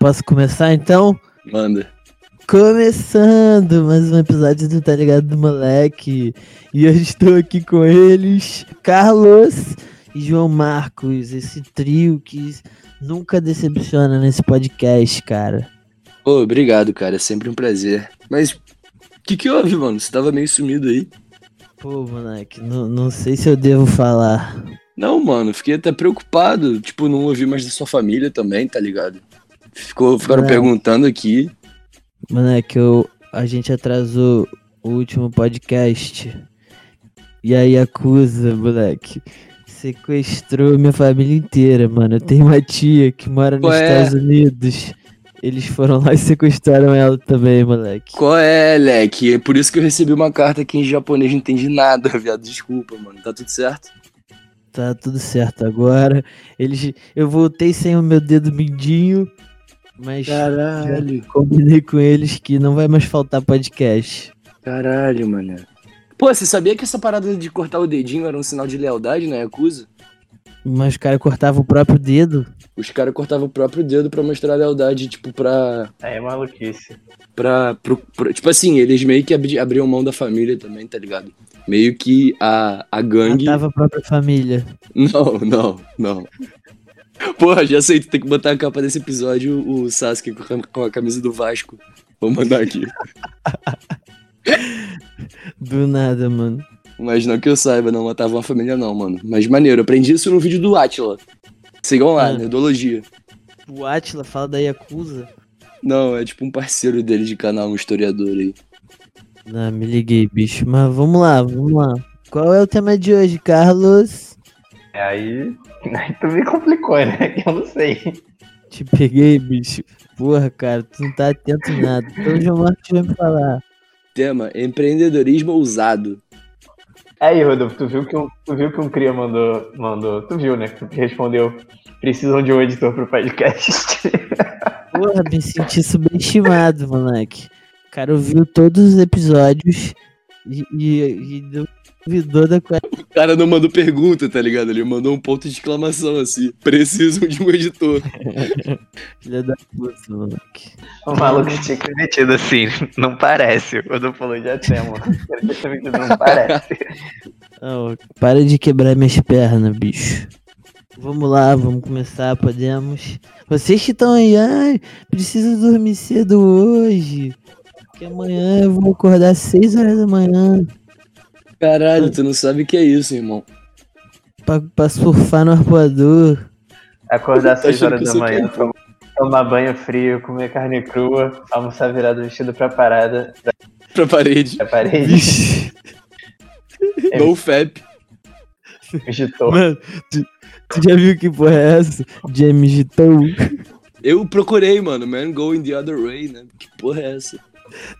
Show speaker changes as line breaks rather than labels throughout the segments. Posso começar então?
Manda.
Começando mais um episódio do Tá Ligado do Moleque. E eu estou aqui com eles, Carlos e João Marcos, esse trio que nunca decepciona nesse podcast, cara.
Ô, obrigado, cara. É sempre um prazer. Mas o que, que houve, mano? Você tava meio sumido aí.
Pô, moleque, não, não sei se eu devo falar.
Não, mano, fiquei até preocupado. Tipo, não ouvi mais da sua família também, tá ligado? Ficou, ficaram
Não.
perguntando aqui.
Moleque, é eu, a gente atrasou o último podcast. E aí acusa, moleque. Sequestrou minha família inteira, mano. Eu tenho uma tia que mora nos
Ué.
Estados Unidos. Eles foram lá e sequestraram ela também, moleque.
Qual é, Leque? É por isso que eu recebi uma carta que em japonês não entendi nada, viado. Desculpa, mano. Tá tudo certo?
Tá tudo certo agora. Eles, eu voltei sem o meu dedo mindinho, mas
Caralho.
combinei com eles que não vai mais faltar podcast.
Caralho, mano. Pô, você sabia que essa parada de cortar o dedinho era um sinal de lealdade na Yakuza?
Mas o cara cortava o próprio dedo.
Os caras cortavam o próprio dedo pra mostrar lealdade, tipo, pra,
É maluquice.
pra, pro- pro- tipo assim, eles meio que abri- abriam mão da família também, tá ligado? Meio que a, a gangue.
Matava a própria família.
Não, não, não. Porra, já sei, tu tem que botar a capa desse episódio o Sasuke com a- com a camisa do Vasco. Vou mandar aqui.
Do nada, mano.
Mas não que eu saiba, não matava uma família, não, mano. Mas maneiro, eu aprendi isso no vídeo do Atila. Sigam lá, né,
Ah.
Nerdologia.
O Atila fala da Yakuza.
Não, é tipo um parceiro dele de canal, um historiador aí.
Não, me liguei, bicho. Mas vamos lá, vamos lá. Qual é o tema de hoje, Carlos?
E É Aí, aí tu me complicou, né? Que eu não sei.
Te peguei, bicho. Porra, cara, tu não tá atento em nada. Então o João Marcos vai me falar.
Tema: empreendedorismo ousado.
É Aí, Rodolfo, tu viu que um, tu viu que um cria mandou, mandou. Tu viu, né? Que tu respondeu. Precisam de um editor pro podcast.
Porra, me senti subestimado, moleque. O cara ouviu todos os episódios e, e, e duvidou da qualidade.
O cara não mandou pergunta, tá ligado? Ele mandou um ponto de exclamação assim. Precisam de um editor.
Filha da puta, moleque.
o maluco tinha que ter metido assim. Não parece. O Rodolfo falou, já temos. Quero que você me diga, Não parece.
Não, Tá para de quebrar minhas pernas, bicho. Vamos lá, vamos começar, podemos. Vocês que estão aí, ai, preciso dormir cedo hoje. Porque amanhã eu vou acordar às 6 horas da manhã
Caralho, tu não sabe o que é isso, irmão.
pra, pra surfar no arpoador.
Acordar às
Tá
6
achando
horas
que eu
da
sou
manhã,
quem?
tomar- tomar banho frio, comer carne crua, almoçar virado vestido pra parada
Pra parede.
da parede,
Vixe,
É.
No fap.
vegetou.
mano, tu, tu já viu que porra é essa? James de Tão?
Eu procurei, mano. Man going the other way, né? Que porra é essa?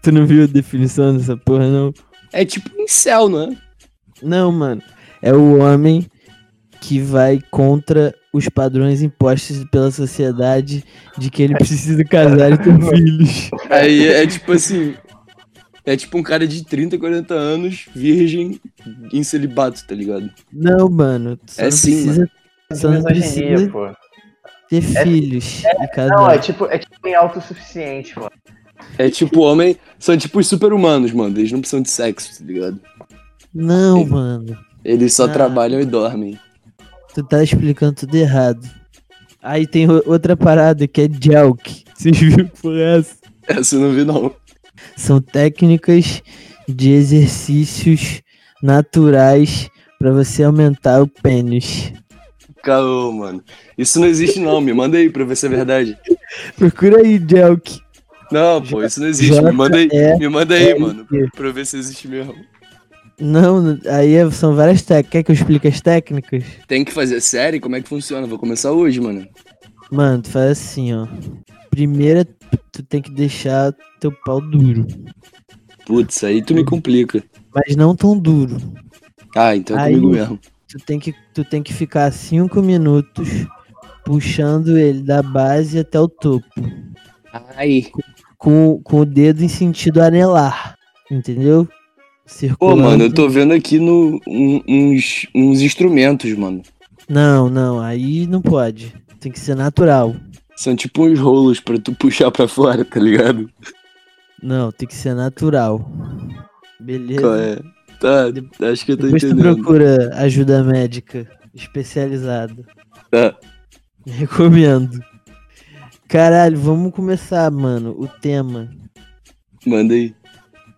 Tu não viu a definição dessa porra, não?
É tipo um céu, não é?
Não, mano. É o homem que vai contra os padrões impostos pela sociedade de que
É.
ele precisa casar e ter filhos.
Aí é tipo assim. É tipo um cara de 30, 40 anos, virgem, em celibato, tá ligado?
Não, mano. Tu só
É
não
sim,
precisa Só não
Misoginia,
precisa-
pô.
ter filhos e casar.
Não, é tipo, é tipo em autossuficiente, mano.
É tipo homem. São tipo os super-humanos, mano. Eles não precisam de sexo, tá ligado?
assim.
Não, mano.
Eles só
Ah.
trabalham e dormem.
Tu tá explicando tudo errado. Aí tem o- outra parada que é Jelk. Vocês viram por é essa?
Essa eu não vi, não.
São técnicas de exercícios naturais pra você aumentar o pênis.
Caô, mano. Isso não existe, não. Me manda aí pra ver se é verdade.
Procura aí, Jelk.
Não, pô, isso não existe. Me manda aí,
É,
me manda aí, mano.
é.
Pra eu ver se existe mesmo.
Não, aí é- são várias técnicas. Quer que eu explique as técnicas?
Tem que fazer série? Como é que funciona? Vou começar hoje, mano.
Mano, tu faz assim, ó. Primeira, tu tem que deixar teu pau duro.
Putz, aí tu me complica.
Mas não tão duro.
Ah, então é
Aí.
comigo mesmo.
Tu tem que, tu tem que ficar 5 minutos puxando ele da base até o topo.
Ai.
Com, com o dedo em sentido anelar. Entendeu?
Pô,
Circulando.
mano, eu tô vendo aqui no, um- uns, uns instrumentos, mano.
Não, não, aí não pode. Tem que ser natural.
São tipo uns rolos pra tu puxar pra fora, tá ligado?
Não, tem que ser natural. Beleza.
Qual é? Tá, acho que eu tô
Depois tu
entendendo.
procura ajuda médica especializada.
Tá.
Recomendo. Caralho, vamos começar, mano. O tema.
Manda aí.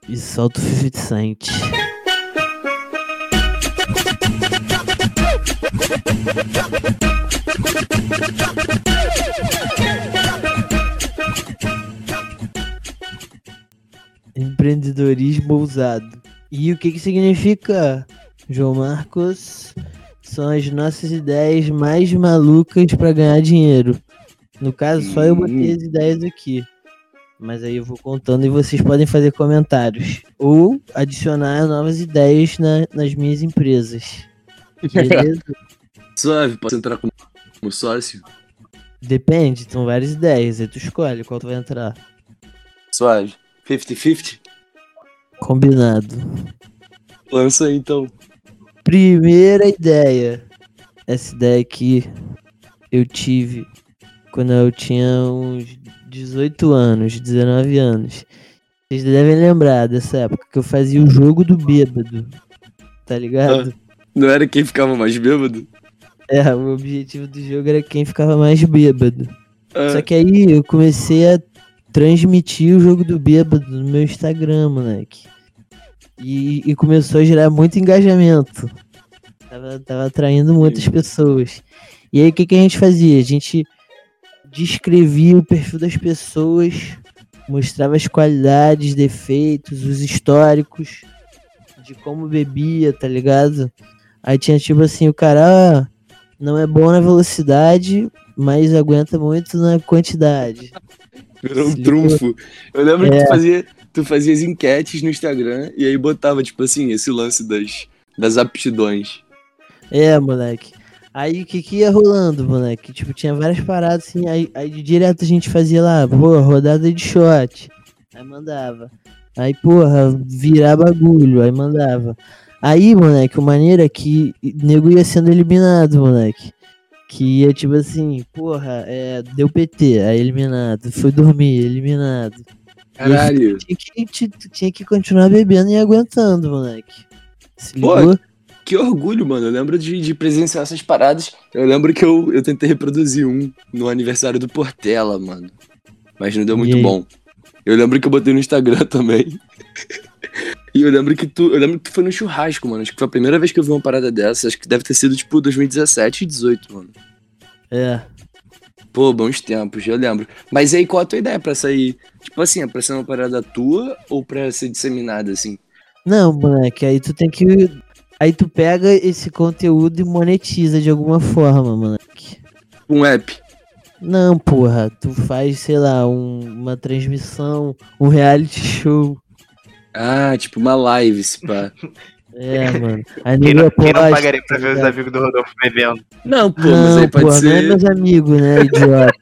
E solta o 50 Cent. Empreendedorismo ousado. E o que que significa, João Marcos? São as nossas ideias mais malucas pra ganhar dinheiro. No caso, só eu botei as ideias aqui. Mas aí eu vou contando e vocês podem fazer comentários. Ou adicionar novas ideias na- nas minhas empresas. Beleza?
Suave, posso entrar como, como sócio?
Depende, são várias ideias. Aí tu escolhe qual tu vai entrar.
Suave. 50-50?
Combinado.
Lança aí então.
Primeira ideia. Essa ideia aqui eu tive quando eu tinha uns 18 anos, 19 anos. Vocês devem lembrar dessa época que eu fazia o jogo do bêbado. Tá ligado?
Não era quem ficava mais bêbado?
É, o objetivo do jogo era quem ficava mais bêbado.
Ah,
Só que aí eu comecei a transmitir o jogo do bêbado no meu Instagram, moleque. E, e começou a gerar muito engajamento. Tava, tava atraindo muitas pessoas. E aí o que, que a gente fazia? A gente descrevia o perfil das pessoas, mostrava as qualidades, defeitos, os históricos de como bebia, tá ligado? Aí tinha tipo assim, o cara ah, não é bom na velocidade, mas aguenta muito na quantidade.
Virou um
se
trunfo. Eu lembro que
É.
tu fazia, tu fazia as enquetes no Instagram e aí botava, tipo assim, esse lance das, das aptidões.
É, moleque. Aí o que que ia rolando, moleque? Tipo, tinha várias paradas assim, aí, aí direto a gente fazia lá, pô, rodada de shot. Aí mandava. Aí, porra, virar bagulho, aí mandava. Aí, moleque, o maneiro é que nego ia sendo eliminado, moleque. Que ia tipo assim, porra, é, deu PT, aí eliminado. Foi dormir, eliminado.
Caralho.
Tinha que, ti- tu tinha que continuar bebendo e aguentando, moleque. Se
Pô,
ligou?
Que orgulho, mano. Eu lembro de, de presenciar essas paradas. Eu lembro que eu, eu tentei reproduzir um no aniversário do Portela, mano. Mas não deu
E
muito
aí?
bom. Eu lembro que eu botei no Instagram também. e eu lembro que tu. Eu lembro que tu foi no churrasco, mano. Acho que foi a primeira vez que eu vi uma parada dessa. Acho que deve ter sido, tipo, 2017 e 18, mano.
É.
Pô, bons tempos, eu lembro. Mas aí qual a tua ideia pra sair? Tipo assim, é pra ser uma parada tua ou pra ser disseminada, assim?
Não, moleque, aí tu tem que. Aí tu pega esse conteúdo e monetiza de alguma forma, moleque.
Um app.
Não, porra, tu faz, sei lá, um- uma transmissão, um reality show.
Ah, tipo uma live, se pá.
É, mano. Aí
Quem
nego
não, quem não
aposta,
pagaria pra ver os
tá ligado?
amigos do Rodolfo bebendo?
Não, pô, mas
Não,
aí pode
porra, não é
ser.
meus amigos, né, idiota?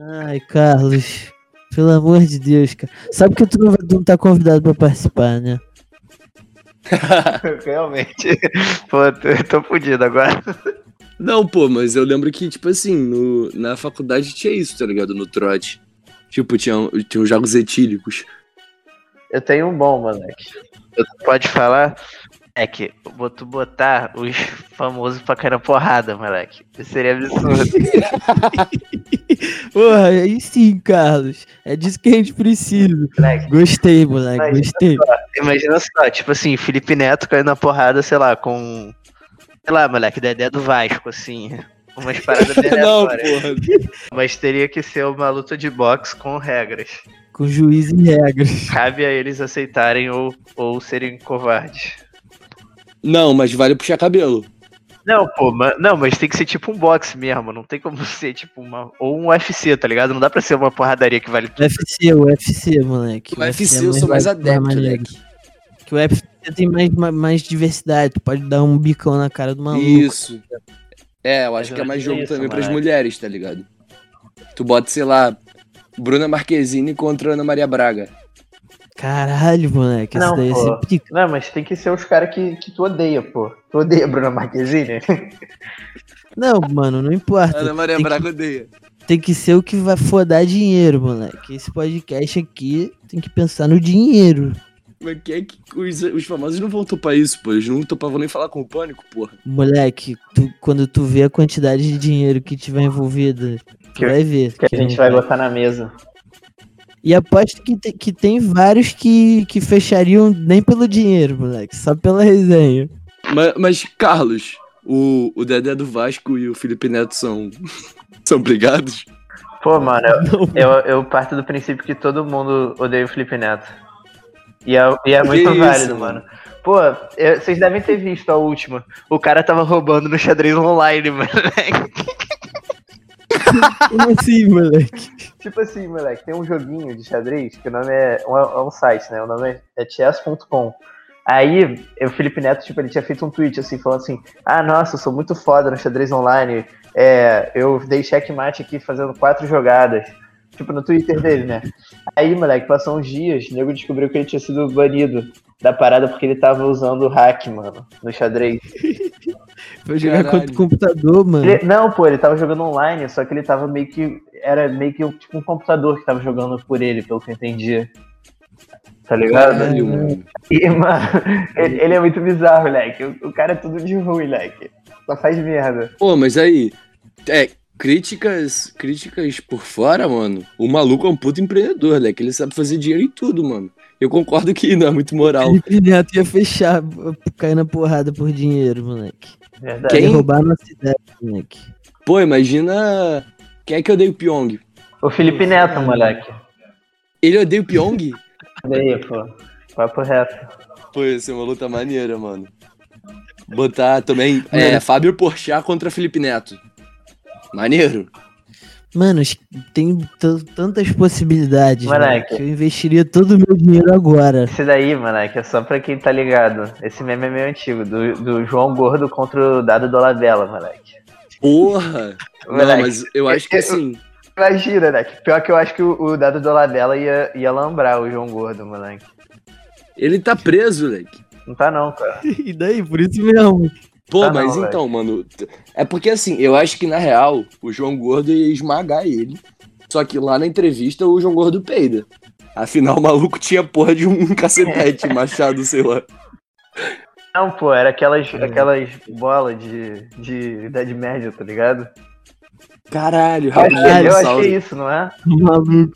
Ai, Carlos, pelo amor de Deus, cara. Sabe que tu não, vai- tu não tá convidado pra participar, né?
né?
Realmente. Pô, eu tô- eu tô fudido agora.
Não, pô, mas eu lembro que, tipo assim, no- na faculdade tinha isso, tá ligado? No trote. Tipo, tinha, tinha os jogos etílicos.
Eu tenho um bom, moleque. Eu- Pode falar? É que eu vou tu botar os famosos pra cair na porrada, moleque. Isso seria absurdo.
Porra, aí sim, Carlos. É disso que a gente precisa.
moleque.
Gostei, moleque, gostei.
Imagina só, tipo assim, Felipe Neto caindo na porrada, sei lá, com. Sei lá, moleque, da ideia do Vasco, assim. Umas paradas bem
Não,
aleatórias.
porra.
Mas teria que ser uma luta de boxe com regras.
Com juiz e regras.
Cabe a eles aceitarem ou, ou serem covardes.
Não, mas vale puxar cabelo.
Não, pô, ma- não, mas tem que ser tipo um boxe mesmo. Não tem como ser tipo uma. Ou um UFC, tá ligado? Não dá pra ser uma porradaria que vale tudo.
UFC, o UFC, moleque.
O UFC eu
é
sou mais
bacana,
adepto, né?
maneiro.
moleque.
Que o UFC tem mais, ma- mais diversidade. Tu pode dar um bicão na cara do maluco.
Isso. É, eu acho
Mas
que é
eu
mais
acho
jogo
isso,
também pras
moleque.
mulheres, tá ligado? Tu bota, sei lá, Bruna Marquezine contra Ana Maria Braga.
Caralho, moleque. Essa
Não,
daí ia ser
pô.
pica.
Não, mas tem que ser os caras que, que tu odeia, pô. Tu odeia Bruna Marquezine?
Não, mano, não importa.
Ana Maria
Tem que-
Braga odeia.
Tem que ser o que vai for dar dinheiro, moleque. Esse podcast aqui tem que pensar no dinheiro.
Mas que é que os, os famosos não vão topar isso, pô? Eles não topavam nem falar com o pânico, porra.
Moleque, tu- quando tu vê a quantidade de dinheiro que tiver envolvida, tu
Que-
vai ver.
Que a
que
gente
não
vai botar na mesa.
E aposto que, te- que tem vários que, que fechariam nem pelo dinheiro, moleque, só pela resenha.
Mas, mas, Carlos, o, o Dedé do Vasco e o Felipe Neto são. são brigados?
Pô, mano, eu,
Não,
eu, eu parto do princípio que todo mundo odeia o Felipe Neto. E é, e é
Que
muito
isso,
válido,
mano.
mano. Pô, eu- vocês devem ter visto a última. O cara tava roubando no xadrez online, moleque.
como assim, moleque?
Tipo assim, moleque, tem um joguinho de xadrez que o nome é. um- É um site, né? O nome é, é chess.com. Aí, o Felipe Neto, tipo, ele tinha feito um tweet assim, falando assim: Ah, nossa, eu sou muito foda no xadrez online. É, eu dei checkmate aqui fazendo quatro jogadas. Tipo, no Twitter dele, né? Aí, moleque, passou uns dias, o nego descobriu que ele tinha sido banido da parada porque ele tava usando o hack, mano, no xadrez.
Foi jogar
Caralho.
contra o computador, mano.
Ele- não, pô, ele tava jogando online, só que ele tava meio que. Era meio que um- tipo um computador que tava jogando por ele, pelo que eu entendi. Tá ligado?
Caralho, mano.
E, mano, ele, ele é muito bizarro, moleque. O, o cara é tudo de ruim, moleque. Só faz merda.
Pô, mas aí. É, críticas. Críticas por fora, mano. O maluco é um puto empreendedor, né? Que ele sabe fazer dinheiro em tudo, mano. Eu concordo que não é muito moral.
Felipe Neto ia fechar, cair na porrada por dinheiro, moleque.
Verdade.
Quem?
Ia roubar a nossa ideia, moleque.
Pô, imagina. Quem é que odeia o Pyong?
O Felipe Neto, moleque.
Ele odeia o Pyong?
Daí, pô. Papo reto.
Pô, ia ser uma luta maneira, mano. Botar também é, Fábio Porchat contra Felipe Neto. Maneiro.
Mano, acho que tem t- tantas possibilidades,
Moleque.
moleque. Eu investiria todo o meu dinheiro agora.
Esse daí, moleque, é só pra quem tá ligado. Esse meme é meio antigo, do, do João Gordo contra o Dado Dolabella, moleque.
Porra! Não,
Moleque.
mas eu acho que assim.
Imagina, né? Que Pior que eu acho que o, o Dado Dolabella ia, ia lambrar o João Gordo, moleque.
Ele tá preso, moleque.
Não tá não, cara.
E daí, por isso mesmo.
Pô,
Tá não,
mas
moleque.
então, mano. t- É porque assim, eu acho que na real, o João Gordo ia esmagar ele. Só que lá na entrevista, o João Gordo peida. Afinal, o maluco tinha porra de um cacetete, machado, sei lá.
Não, pô, era aquelas, aquelas bolas de, de Idade Média, tá ligado?
Caralho, rapaz.
Caralho, eu
dinossauro.
achei isso, não é?
Maluco.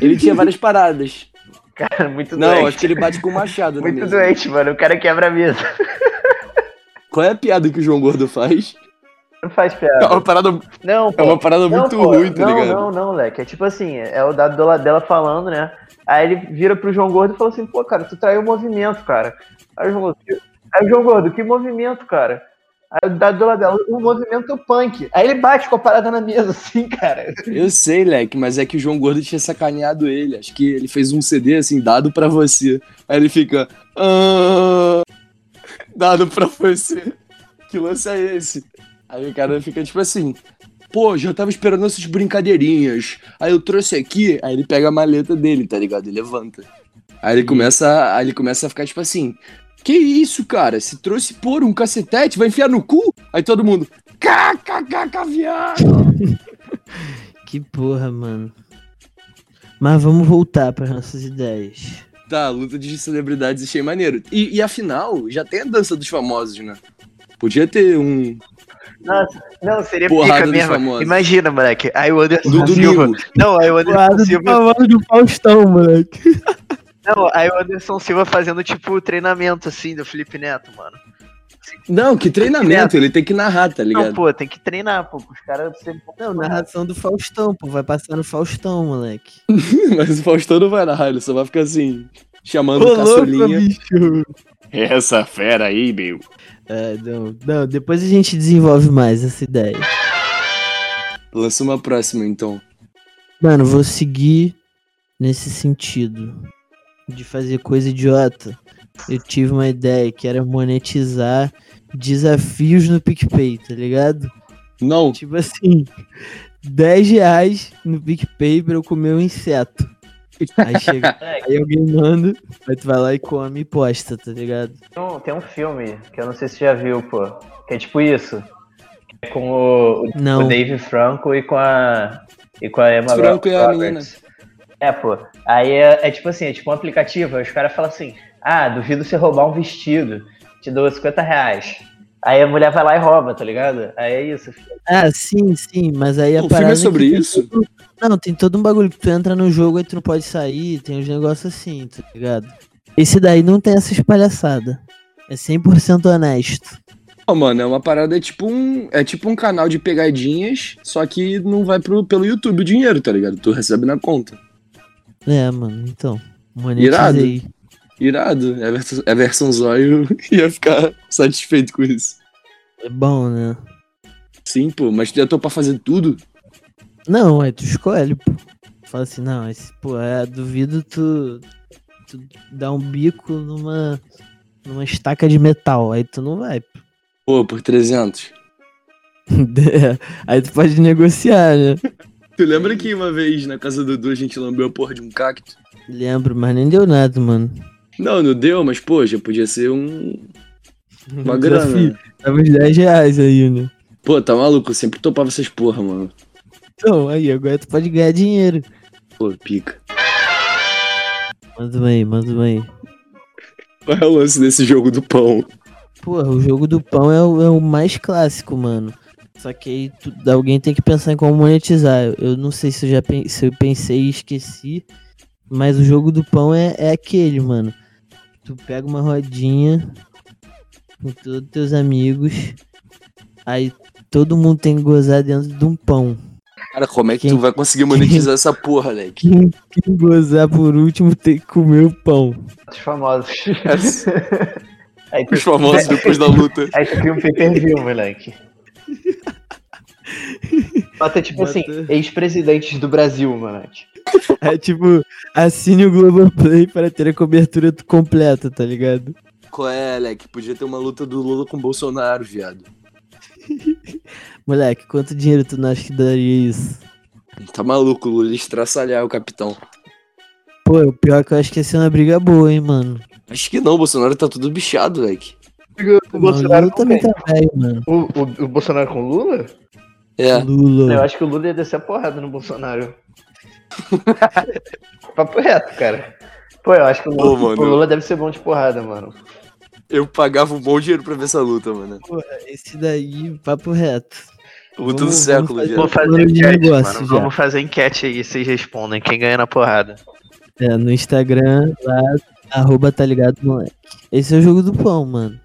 Ele tinha várias paradas.
Cara, muito
Não, acho
doente.
que ele bate com o machado, né?
Muito
mesmo?
doente, mano. O cara quebra a mesa.
Qual é a piada que o João Gordo faz?
Não faz
É
piada.
uma parada,
Não,
é
pô.
uma parada
Não,
muito
pô,
ruim, tá
não,
ligado?
Não, não, leque. É tipo assim, é o dado dela, dela falando, né? Aí ele vira pro João Gordo e fala assim, pô, cara, tu traiu o movimento, cara. Aí o João Gordo, "Que- aí o João Gordo que movimento, cara? Aí o dado dela, dela, o movimento punk. Aí ele bate com a parada na mesa, assim, cara.
Eu sei, Leque, mas é que o João Gordo tinha sacaneado ele. Acho que ele fez um CD assim, dado pra você. Aí ele fica. "Ah, dado pra você. Que lance é esse? Aí o cara fica tipo assim. Pô, já tava esperando essas brincadeirinhas. Aí eu trouxe aqui, aí ele pega a maleta dele, tá ligado? E levanta. Aí ele começa, aí ele começa a ficar tipo assim: Que isso, cara? Se trouxe por um cacetete, vai enfiar no cu? Aí todo mundo: KKKK, viado!
Que porra, mano. Mas vamos voltar para nossas ideias.
Tá, luta de celebridades achei maneiro. E, e afinal, já tem a dança dos famosos, né? Podia ter um.
Nossa, não, seria
Porrada
pica
dos
mesmo.
famosos.
Imagina, moleque. Aí o Anderson
Do
Silva.
domingo.
Não, aí o
Porrada
Anderson
do
Silva.
cavalo do Faustão, moleque.
Não, aí o Anderson Silva fazendo, tipo, o treinamento assim do Felipe Neto, mano.
Não, que treinamento, ele tem que narrar, tá
Não,
ligado?
pô, tem que treinar, pô. Os caras sempre.
Não, narração do Faustão, pô. Vai passar no Faustão, moleque.
Mas o Faustão não vai narrar, ele só vai ficar assim, chamando
Ô,
o caçulinha.
bicho.
Essa fera aí, meu.
É, não, não, depois a gente desenvolve mais essa ideia.
Lança uma próxima, então.
Mano, vou seguir nesse sentido de fazer coisa idiota. Eu tive uma ideia que era monetizar desafios no PicPay, tá ligado?
Não,
Tipo assim, 10 reais no PicPay pra eu comer um inseto. Aí chega, aí alguém manda, aí tu vai lá e come e posta, tá ligado?
Tem um, tem um filme que eu não sei se você já viu, pô. Que é tipo isso. com o, o
Não.
Dave Franco e com a. E com a Emma
Franco e a
Roberts. É, pô. Aí é, é tipo assim, é tipo um aplicativo, aí os caras falam assim, ah, duvido você roubar um vestido, te dou 50 reais. Aí a mulher vai lá e rouba, tá ligado? Aí é isso.
Ah, sim, sim, mas aí a
O filme
parada
é sobre
que tem
isso?
todo- Não, tem todo um bagulho que tu entra no jogo e tu não pode sair, tem uns negócios assim, tá ligado? Esse daí não tem essas palhaçadas. É 100% honesto.
Não, mano, é uma parada, é tipo um, é tipo um canal de pegadinhas, só que não vai pro, pelo YouTube o dinheiro, tá ligado? Tu recebe na conta.
É, mano, então. Monetizei.
Irado. Irado, Everton, Everson Zóio ia ficar satisfeito com isso.
É bom, né?
Sim, pô, mas tu já topar fazer tudo?
Não, aí tu escolhe, pô. Fala assim, não, esse, pô, é, duvido tu, tu dar um bico numa, numa estaca de metal. Aí tu não vai, pô.
Pô, por 300.
É, aí tu pode negociar, né?
Tu lembra que uma vez na casa do Dudu a gente lambeu a porra de um cacto?
Lembro, mas nem deu nada, mano.
Não, não deu, mas pô, já podia ser um, uma
Um Desafio.
grana.
Tava uns 10 reais aí, né?
Pô, tá maluco? Eu sempre topava essas porra, mano.
Então, aí, agora tu pode ganhar dinheiro.
Pô, pica.
Manda uma aí, manda uma aí.
Qual é o lance desse jogo do pão?
Porra, o jogo do pão é o, é o mais clássico, mano. Só que aí tu- alguém tem que pensar em como monetizar. Eu, eu não sei se eu já pen- se eu pensei e esqueci, mas o jogo do pão é, é aquele, mano. Tu pega uma rodinha com todos teus amigos, aí todo mundo tem que gozar dentro de um pão.
Cara, como é que
Quem-
tu vai conseguir monetizar essa porra, Leque?
Quem, quem gozar por último tem que comer o pão.
Os famosos. aí, tu,
Os famosos depois da luta.
aí tu cria um pay-per-view, moleque. Bota tipo
Bota-
assim, ex-presidentes do Brasil, moleque.
É tipo, assine o Globoplay para ter a cobertura completa, tá ligado?
Qual é, Leque? Podia ter uma luta do Lula com o Bolsonaro, viado.
Moleque, quanto dinheiro tu não acha que daria isso?
Tá maluco, o Lula estraçalhar o capitão.
Pô, o pior é que eu acho que ia ser uma briga boa, hein, mano.
Acho que não, o Bolsonaro tá tudo bichado, Leque.
O
Mano, o Lula também tá velho, mano.
O, o, o Bolsonaro com o Lula?
É.
Eu
Lula.
acho que o Lula ia descer a porrada no Bolsonaro. Papo reto, cara. Pô, eu acho que o Lula,
Ô, mano.
o Lula deve ser bom de porrada, mano.
Eu pagava um bom dinheiro pra ver essa luta, mano.
Esse daí, papo reto.
Luta do
Vamos-
século,
vamos
viado.
fazer um enquete, mano. Vamos
Vamos fazer enquete aí, vocês respondem. Quem ganha na porrada?
É, no Instagram, lá, arroba tá ligado, moleque. Esse é o jogo do pão, mano.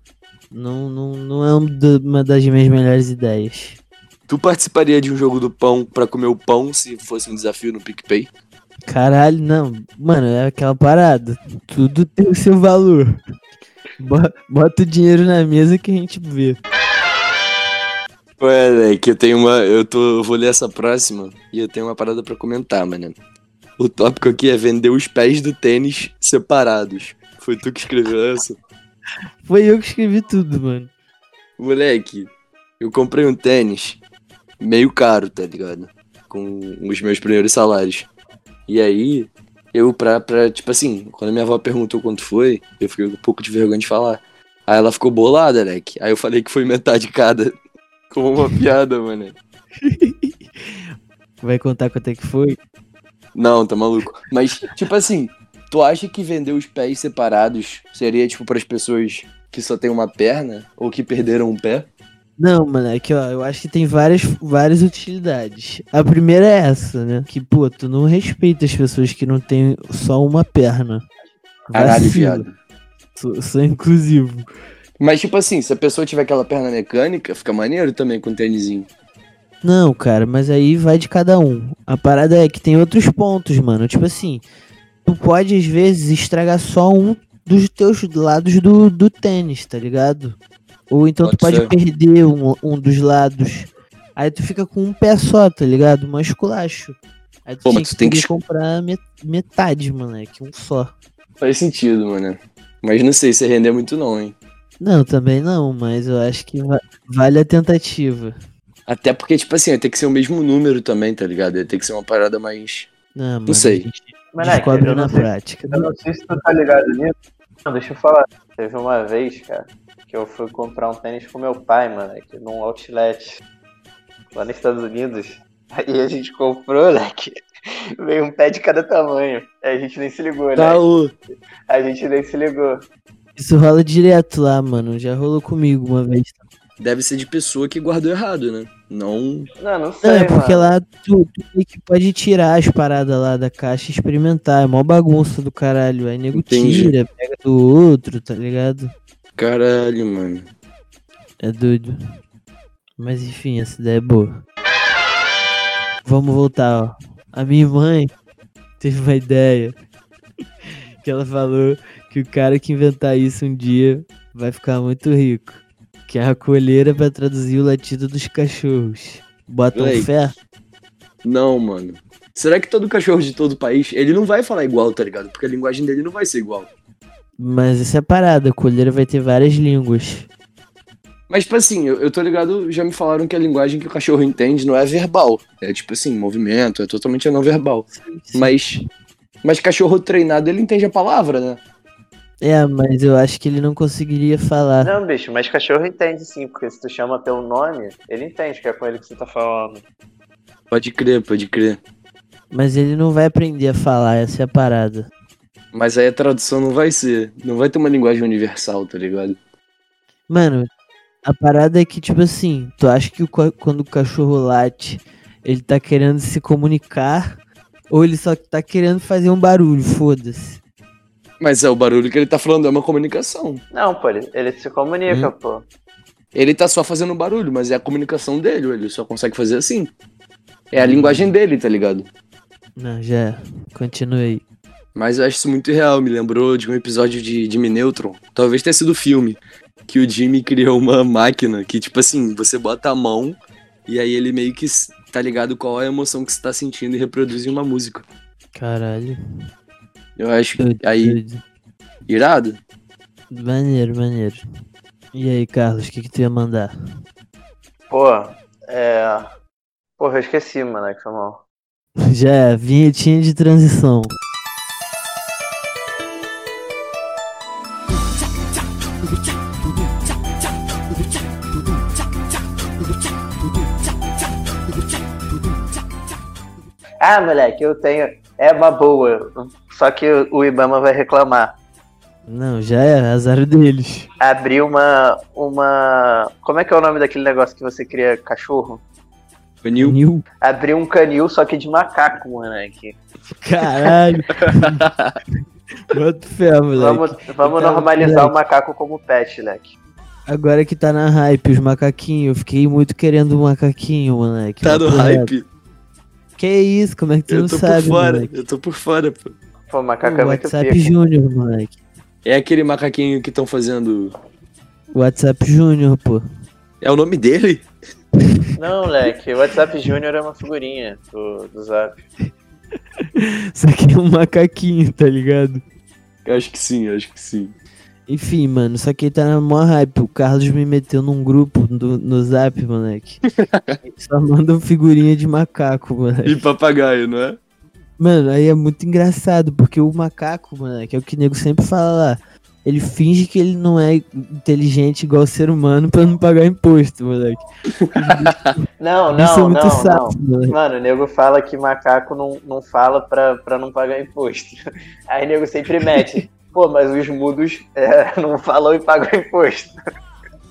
Não, não, não é um do- uma das minhas melhores ideias.
Tu participaria de um jogo do pão pra comer o pão se fosse um desafio no PicPay?
Caralho, não. Mano, é aquela parada. Tudo tem o seu valor. Bo- Bota o dinheiro na mesa que a gente vê.
Ué, Leque, eu tenho uma. Eu, tô, eu vou ler essa próxima e eu tenho uma parada pra comentar, mano. O tópico aqui é vender os pés do tênis separados. Foi tu que escreveu essa?
Foi eu que escrevi tudo, mano.
Moleque, eu comprei um tênis meio caro, tá ligado? Com os meus primeiros salários. E aí, eu pra, pra tipo assim, quando minha avó perguntou quanto foi, eu fiquei com um pouco de vergonha de falar. Aí ela ficou bolada, moleque. Aí eu falei que foi metade cada. Como uma piada, mano.
Vai contar quanto é que foi?
Não, tá maluco. Mas, tipo assim, tu acha que vender os pés separados seria, tipo, pras pessoas que só tem uma perna ou que perderam um pé?
Não, mano, é que ó, eu acho que tem várias, várias utilidades. A primeira é essa, né? Que, pô, tu não respeita as pessoas que não têm só uma perna.
Caralho,
Vacilo.
viado.
Sou, sou inclusivo.
Mas, tipo assim, se a pessoa tiver aquela perna mecânica, fica maneiro também com o tênisinho.
Não, cara, mas aí vai de cada um. A parada é que tem outros pontos, mano. Tipo assim, tu pode às vezes estragar só um dos teus lados do, do tênis, tá ligado? Ou então tu
Pode
pode perder um, um dos lados. Aí tu fica com um pé só, tá ligado? Um esculacho. Aí tu
Pô,
tinha
mas tu tem que
poder
es-
comprar met- metade, moleque, um só.
Faz sentido, mano. Mas não sei se render muito não, hein?
Não, também não, mas eu acho que va- vale a tentativa.
Até porque, tipo assim, ia ter que ser o mesmo número também, tá ligado? Ia ter que ser uma parada mais...
Não, mano,
sei.
a gente
Moleque,
Descobre
eu não
na
sei
prática.
Eu não sei se tu tá ligado nisso. Não, deixa eu falar. Teve uma vez, cara, que eu fui comprar um tênis com meu pai, mano, aqui num outlet. lá nos Estados Unidos. Aí a gente comprou, né? que Veio um pé de cada tamanho. Aí a gente nem se ligou, né?
Tá.
Caô.
A gente nem se ligou.
Isso rola direto lá, mano. Já rolou comigo uma vez.
Deve ser de pessoa que guardou errado, né? Não.
Não, não sei.
Não, é porque
mano.
lá tu, tu meio que pode tirar as paradas lá da caixa e experimentar. É mó bagunça do caralho. Aí nego
Entendi.
tira, pega do outro, tá ligado?
Caralho, mano.
É doido. Mas enfim, essa ideia é boa. Vamos voltar, ó. A minha mãe teve uma ideia que ela falou que o cara que inventar isso um dia vai ficar muito rico. Que é a colheira pra traduzir o latido dos cachorros. Botam
Moleque.
fé?
Não, mano. Será que todo cachorro de todo país, ele não vai falar igual, tá ligado? Porque a linguagem dele não vai ser igual.
Mas essa é a parada, a colheira vai ter várias línguas.
Mas, tipo assim, eu, eu tô ligado, já me falaram que a linguagem que o cachorro entende não é verbal. É, tipo assim, movimento, é totalmente não verbal. Mas, mas cachorro treinado, ele entende a palavra, né?
É, mas eu acho que ele não conseguiria falar.
Não, bicho, mas cachorro entende sim, porque se tu chama pelo nome, ele entende que é com ele que você tá falando.
Pode crer, pode crer.
Mas ele não vai aprender a falar, essa é a parada.
Mas aí a tradução não vai ser. Não vai ter uma linguagem universal, tá ligado?
Mano, a parada é que, tipo assim, tu acha que o co- quando o cachorro late, ele tá querendo se comunicar ou ele só tá querendo fazer um barulho, foda-se.
Mas é o barulho que ele tá falando, é uma comunicação.
Não, pô, ele, ele se
Hum?
comunica, pô.
Ele tá só fazendo barulho, mas é a comunicação dele, ele só consegue fazer assim. É a linguagem dele, tá ligado?
Não, já, é. continua aí.
Mas eu acho isso muito real, me lembrou de um episódio de Jimmy Neutron, talvez tenha sido filme, que o Jimmy criou uma máquina que, tipo assim, você bota a mão e aí ele meio que s- tá ligado qual é a emoção que você tá sentindo e reproduz em uma música.
Caralho.
Eu acho que
doido,
aí,
doido.
irado.
Maneiro, maneiro. E aí, Carlos, o que, que tu ia mandar?
Pô, é. Porra, eu esqueci, mano, que foi mal.
Já é, vinhetinha de transição.
Ah, moleque, eu tenho. É uma boa. Só que o Ibama vai reclamar.
Não, já é, azar deles.
Abri uma. uma. Como é que é o nome daquele negócio que você cria cachorro?
Vanil.
Nil.
Abri um canil, só que de macaco, moleque.
Caralho. Quanto fé, moleque.
Vamos, vamos
Então,
normalizar
moleque.
o macaco como pet, moleque.
Agora que tá na hype, os macaquinhos. Eu fiquei muito querendo um macaquinho, moleque.
Tá no
Papo reto.
hype.
Que isso? Como é que tu
Eu
não
tô por
sabe,
fora,
moleque?
eu tô por fora, pô.
Pô, macaco é
O
muito
WhatsApp
pico.
Júnior, moleque.
É aquele macaquinho que estão fazendo.
WhatsApp Júnior, pô.
É o nome dele?
Não, moleque, o WhatsApp Júnior é uma figurinha do, do Zap.
Isso aqui é um macaquinho, tá ligado?
Eu acho que sim, eu acho que sim.
Enfim, mano, isso aqui tá na maior hype. O Carlos me meteu num grupo do- no Zap, moleque. Só manda um figurinha de macaco, moleque.
E papagaio, não é?
Mano, aí é muito engraçado, porque o macaco, mano, que é o que o nego sempre fala lá. Ele finge que ele não é inteligente igual o ser humano pra não pagar imposto, moleque.
Não,
Isso é
não,
muito
não, não.
sapo, moleque.
Mano, o nego fala que macaco não, não fala pra, pra não pagar imposto. Aí o nego sempre mete. Pô, mas os mudos é, não falam e pagam imposto.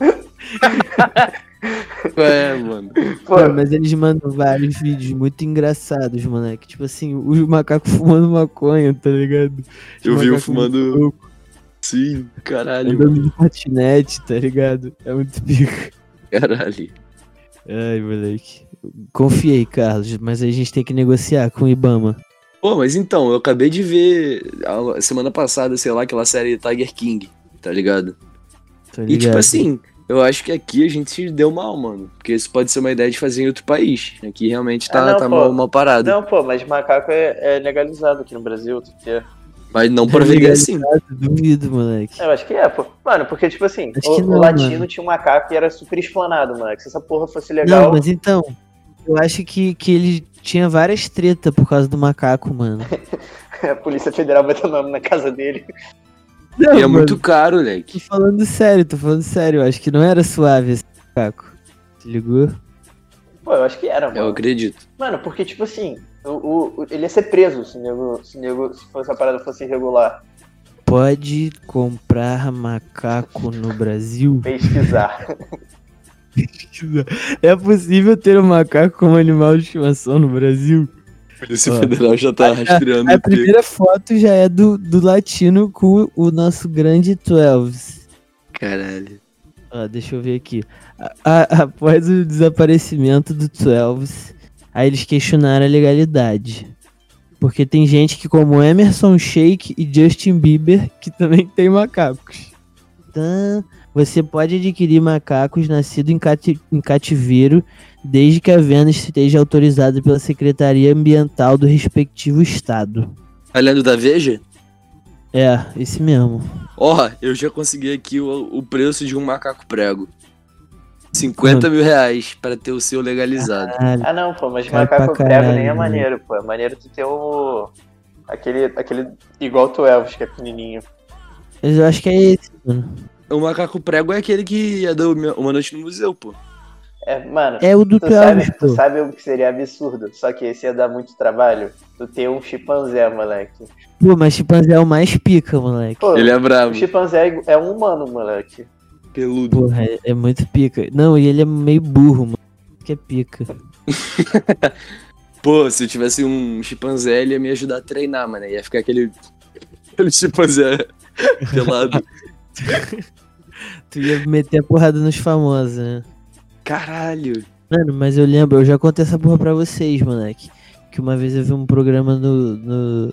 É, mano.
Pô,
Mano, mas eles mandam vários vídeos muito engraçados, moleque. Tipo assim, os macacos fumando maconha, tá ligado? Os
Eu vi um
macacos
fumando-
muito louco,
Sim, caralho, mano.
Andando de patinete, tá ligado? É muito pico.
Caralho.
Ai, moleque. Confiei, Carlos, mas a gente tem que negociar com o Ibama.
Pô, mas então, eu acabei de ver a- semana passada, sei lá, aquela série Tiger King, tá ligado?
Tá
E
ligado?
tipo assim, eu acho que aqui a gente se deu mal, mano. Porque isso pode ser uma ideia de fazer em outro país. Aqui realmente tá,
Ah, não,
tá
pô.
mal, mal parado.
não, pô, mas macaco é, é legalizado aqui no Brasil. tu quer?
Mas não pra vender assim.
Duvido, moleque.
Eu acho que é, pô. Mano, porque, tipo assim,
Acho
o,
que
o
não,
latino
mano.
tinha um macaco e era super explanado, moleque. Se essa porra fosse legal.
Não, mas então, eu acho que, que ele tinha várias tretas por causa do macaco, mano.
A Polícia Federal bateu nome na casa dele.
Não,
E é muito caro, moleque.
Tô falando sério, tô falando sério. Eu acho que não era suave esse macaco. Se ligou?
Pô, eu acho que era,
Eu
mano.
acredito.
Mano, porque, tipo assim, o, o- o- ele ia ser preso se o nego, se o nego, se fosse a parada fosse irregular.
Pode comprar macaco no Brasil?
Pesquisar.
É possível ter um macaco como animal de estimação no Brasil?
A Polícia
Ó.
Federal já tá rastreando
Ah. É A
o pico.
primeira foto já é do, do latino com o nosso grande 12.
Caralho.
Ah, deixa eu ver aqui. A- a- após o desaparecimento do 12, aí eles questionaram a legalidade. Porque tem gente que, como Emerson Shake e Justin Bieber, que também tem macacos. Então, você pode adquirir macacos nascidos em, cati- em cativeiro, desde que a venda esteja autorizada pela Secretaria Ambiental do respectivo estado.
Tá lendo da Veja?
É, esse mesmo.
Ó, eu já consegui aqui o, o preço de um macaco prego. 50 mil reais pra ter o seu legalizado.
Caralho.
ah, não, pô, mas
Cara
macaco
pra
prego
caralho, né?
nem é
mano.
maneiro, pô. É maneiro tu ter o. Aquele, aquele igual tu Elvis, que é pequenininho.
Mas eu acho que é esse, mano.
O macaco prego é aquele que ia dar uma uma noite no museu, pô.
É, mano,
É o do
tu, sabe,
12,
tu
pô.
sabe o que seria absurdo, só que esse ia dar muito trabalho. Tu ter um chimpanzé, moleque.
Pô, mas chimpanzé é o mais pica, moleque.
Pô,
Ele é
o
brabo,
chimpanzé é igu- é um humano, moleque.
peludo.
Porra, é, é muito pica. Não, e ele é meio burro, mano. Que é pica.
Pô, se eu tivesse um chimpanzé, ele ia me ajudar a treinar, mano. Ia ficar aquele. aquele chimpanzé pelado.
Tu ia meter a porrada nos famosos, né?
Caralho.
Mano, mas eu lembro, eu já contei essa porra pra vocês, moleque. Que uma vez eu vi um programa no, no,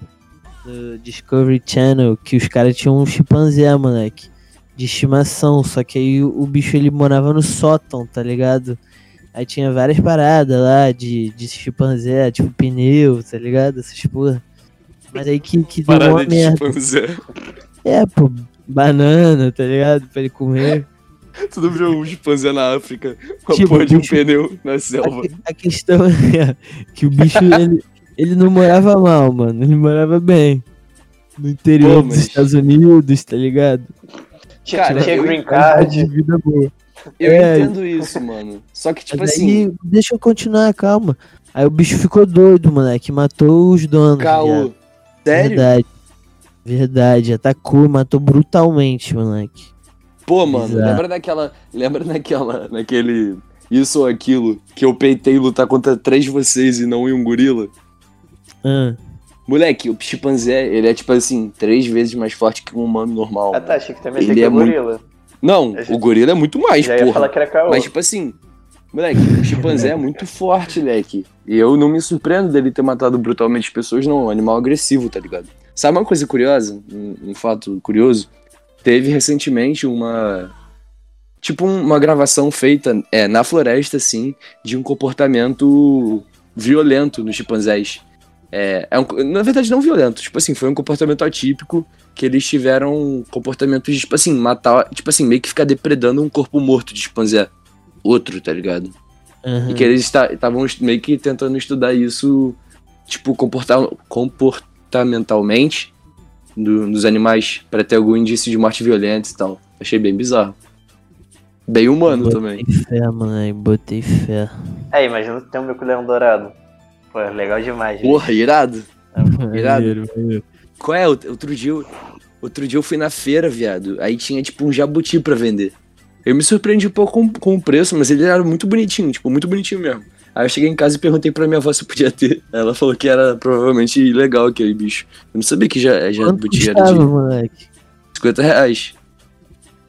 no Discovery Channel que os caras tinham um chimpanzé, moleque. De estimação, só que aí o, o bicho ele morava no sótão, tá ligado? Aí tinha várias paradas lá de, de chimpanzé, tipo pneu, tá ligado? Essas porra. Mas aí que, que deu uma
Parada de
merda.
chimpanzé.
É, pô, banana, tá ligado? Pra ele comer.
Tu não viu um chimpanzé na África com a
Tipo,
porra de um
bicho.
pneu na
A,
selva?
que- a questão é que o bicho, ele, ele não morava mal, mano. Ele morava bem. No interior
Pô,
dos
mas-
Estados Unidos, tá ligado?
Tinha,
Cara,
tinha
eu-
green
De
card.
vida boa.
Eu
É.
entendo isso, mano. Só que, tipo
Mas
assim,
aí, deixa eu continuar, calma. Aí o bicho ficou doido, moleque. Matou os donos. viado.
caô. Sério?
Verdade. Verdade. Atacou, matou brutalmente, moleque.
Pô, mano,
Exato.
lembra daquela. Lembra daquela. Naquele. Isso ou aquilo que eu peitei lutar contra três vocês e não um gorila?
Ah,
Moleque, o chimpanzé, ele é tipo assim, três vezes mais forte que um humano normal.
Ah tá, achei que também tem
Ele
que
é
é gorila.
Não,
Eu já-
o gorila é muito mais,
Já ia falar
porra.
que era caô.
Mas tipo assim, moleque, o chimpanzé é muito forte, moleque. E eu não me surpreendo dele ter matado brutalmente as pessoas, não. É um animal agressivo, tá ligado? Sabe uma coisa curiosa? Um, um fato curioso? Teve recentemente uma. Tipo, um- uma gravação feita é, na floresta, assim, de um comportamento violento nos chimpanzés. É, é um- na verdade, não violento. Tipo assim, foi um comportamento atípico que eles tiveram comportamentos, tipo assim, matar. Tipo assim, meio que ficar depredando um corpo morto de chimpanzé. Outro, tá ligado?
aham.
E que eles estavam meio que tentando estudar isso, tipo, comporta- comportamentalmente do- nos animais, pra ter algum indício de morte violenta e tal. Achei bem bizarro. Bem humano
Botei
também.
fé, moleque. Botei fé.
É, imagina tu ter um bico leão dourado. Pô, é legal demais. né?
Porra, irado. Irado.
Maneiro, maneiro.
Qual é? Out- Outro dia, eu- outro dia eu fui na feira, viado. Aí tinha, tipo, um jabuti pra vender. Eu me surpreendi um pouco com, com o preço, mas ele era muito bonitinho, tipo, muito bonitinho mesmo. Aí eu cheguei em casa e perguntei pra minha avó se eu podia ter. Ela falou que era provavelmente ilegal aquele bicho. Eu não sabia que já, já
Quanto
jabuti era
custava,
de
moleque?
50 reais.